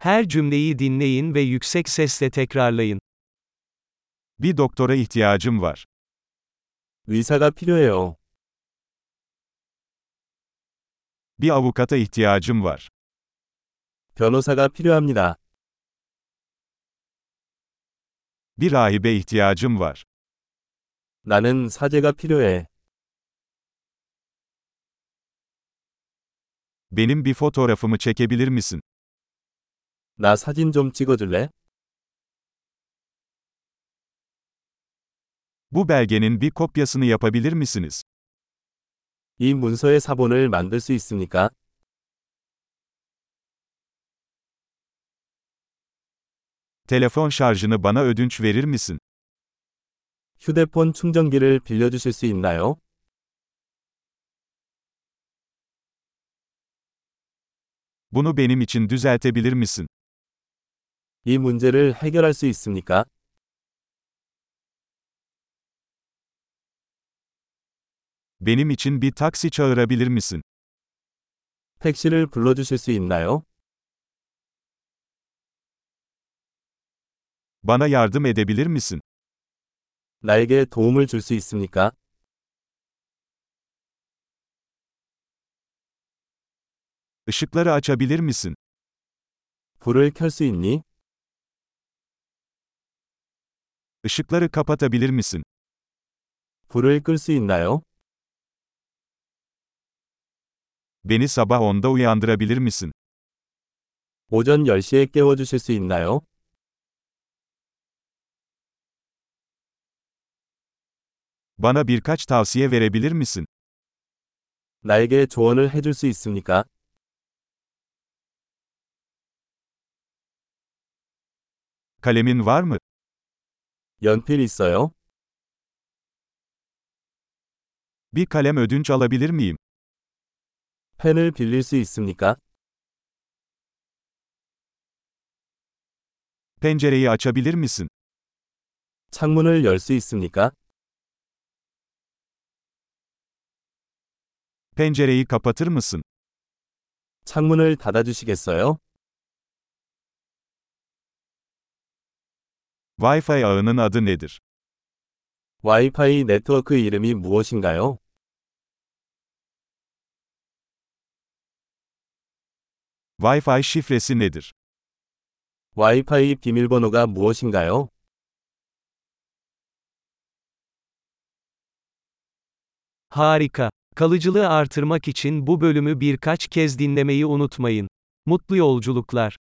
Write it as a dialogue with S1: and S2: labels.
S1: Her cümleyi dinleyin ve yüksek sesle tekrarlayın.
S2: Bir doktora ihtiyacım var.
S3: 의사가 필요해요.
S2: Bir avukata ihtiyacım var.
S3: 변호사가 필요합니다.
S2: Bir rahibe ihtiyacım var.
S3: 나는 사제가 필요해.
S2: Benim bir fotoğrafımı çekebilir misin?
S3: 나 사진 좀 찍어줄래?
S2: Bu belgenin bir kopyasını yapabilir misiniz?
S3: 이 문서의 사본을 만들 수 있습니까?
S2: Telefon şarjını bana ödünç verir misin?
S3: 휴대폰 충전기를 빌려주실 수 있나요?
S2: Bunu benim için düzeltebilir misin?
S3: 이 문제를 해결할 수 있습니까?
S2: Benim için bir taksi çağırabilir misin?
S3: 택시를 불러주실 수 있나요?
S2: Bana yardım edebilir misin?
S3: 나에게 도움을 줄 수 있습니까?
S2: Işıkları açabilir misin?
S3: 불을 켤 수 있니?
S2: Işıkları kapatabilir misin?
S3: 불을 끌 수 있나요?
S2: Beni sabah 10'da uyandırabilir misin?
S3: 오전 10시에 깨워주실 수 있나요?
S2: Bana birkaç tavsiye verebilir misin?
S3: 나에게 조언을 해줄 수 있습니까?
S2: Kalemin var mı?
S3: 연필 있어요?
S2: Bir kalem ödünç alabilir miyim?
S3: 펜을 빌릴 수 있습니까?
S2: Pencereyi açabilir misin?
S3: 창문을 열 수 있습니까?
S2: Pencereyi kapatır mısın?
S3: 창문을 닫아주시겠어요?
S2: Wi-Fi ağının adı nedir?
S3: 와이파이 네트워크 이름이 무엇인가요?
S2: Wi-Fi şifresi nedir?
S3: 와이파이 비밀번호가 무엇인가요?
S1: Harika. Kalıcılığı artırmak için bu bölümü birkaç kez dinlemeyi unutmayın. Mutlu yolculuklar.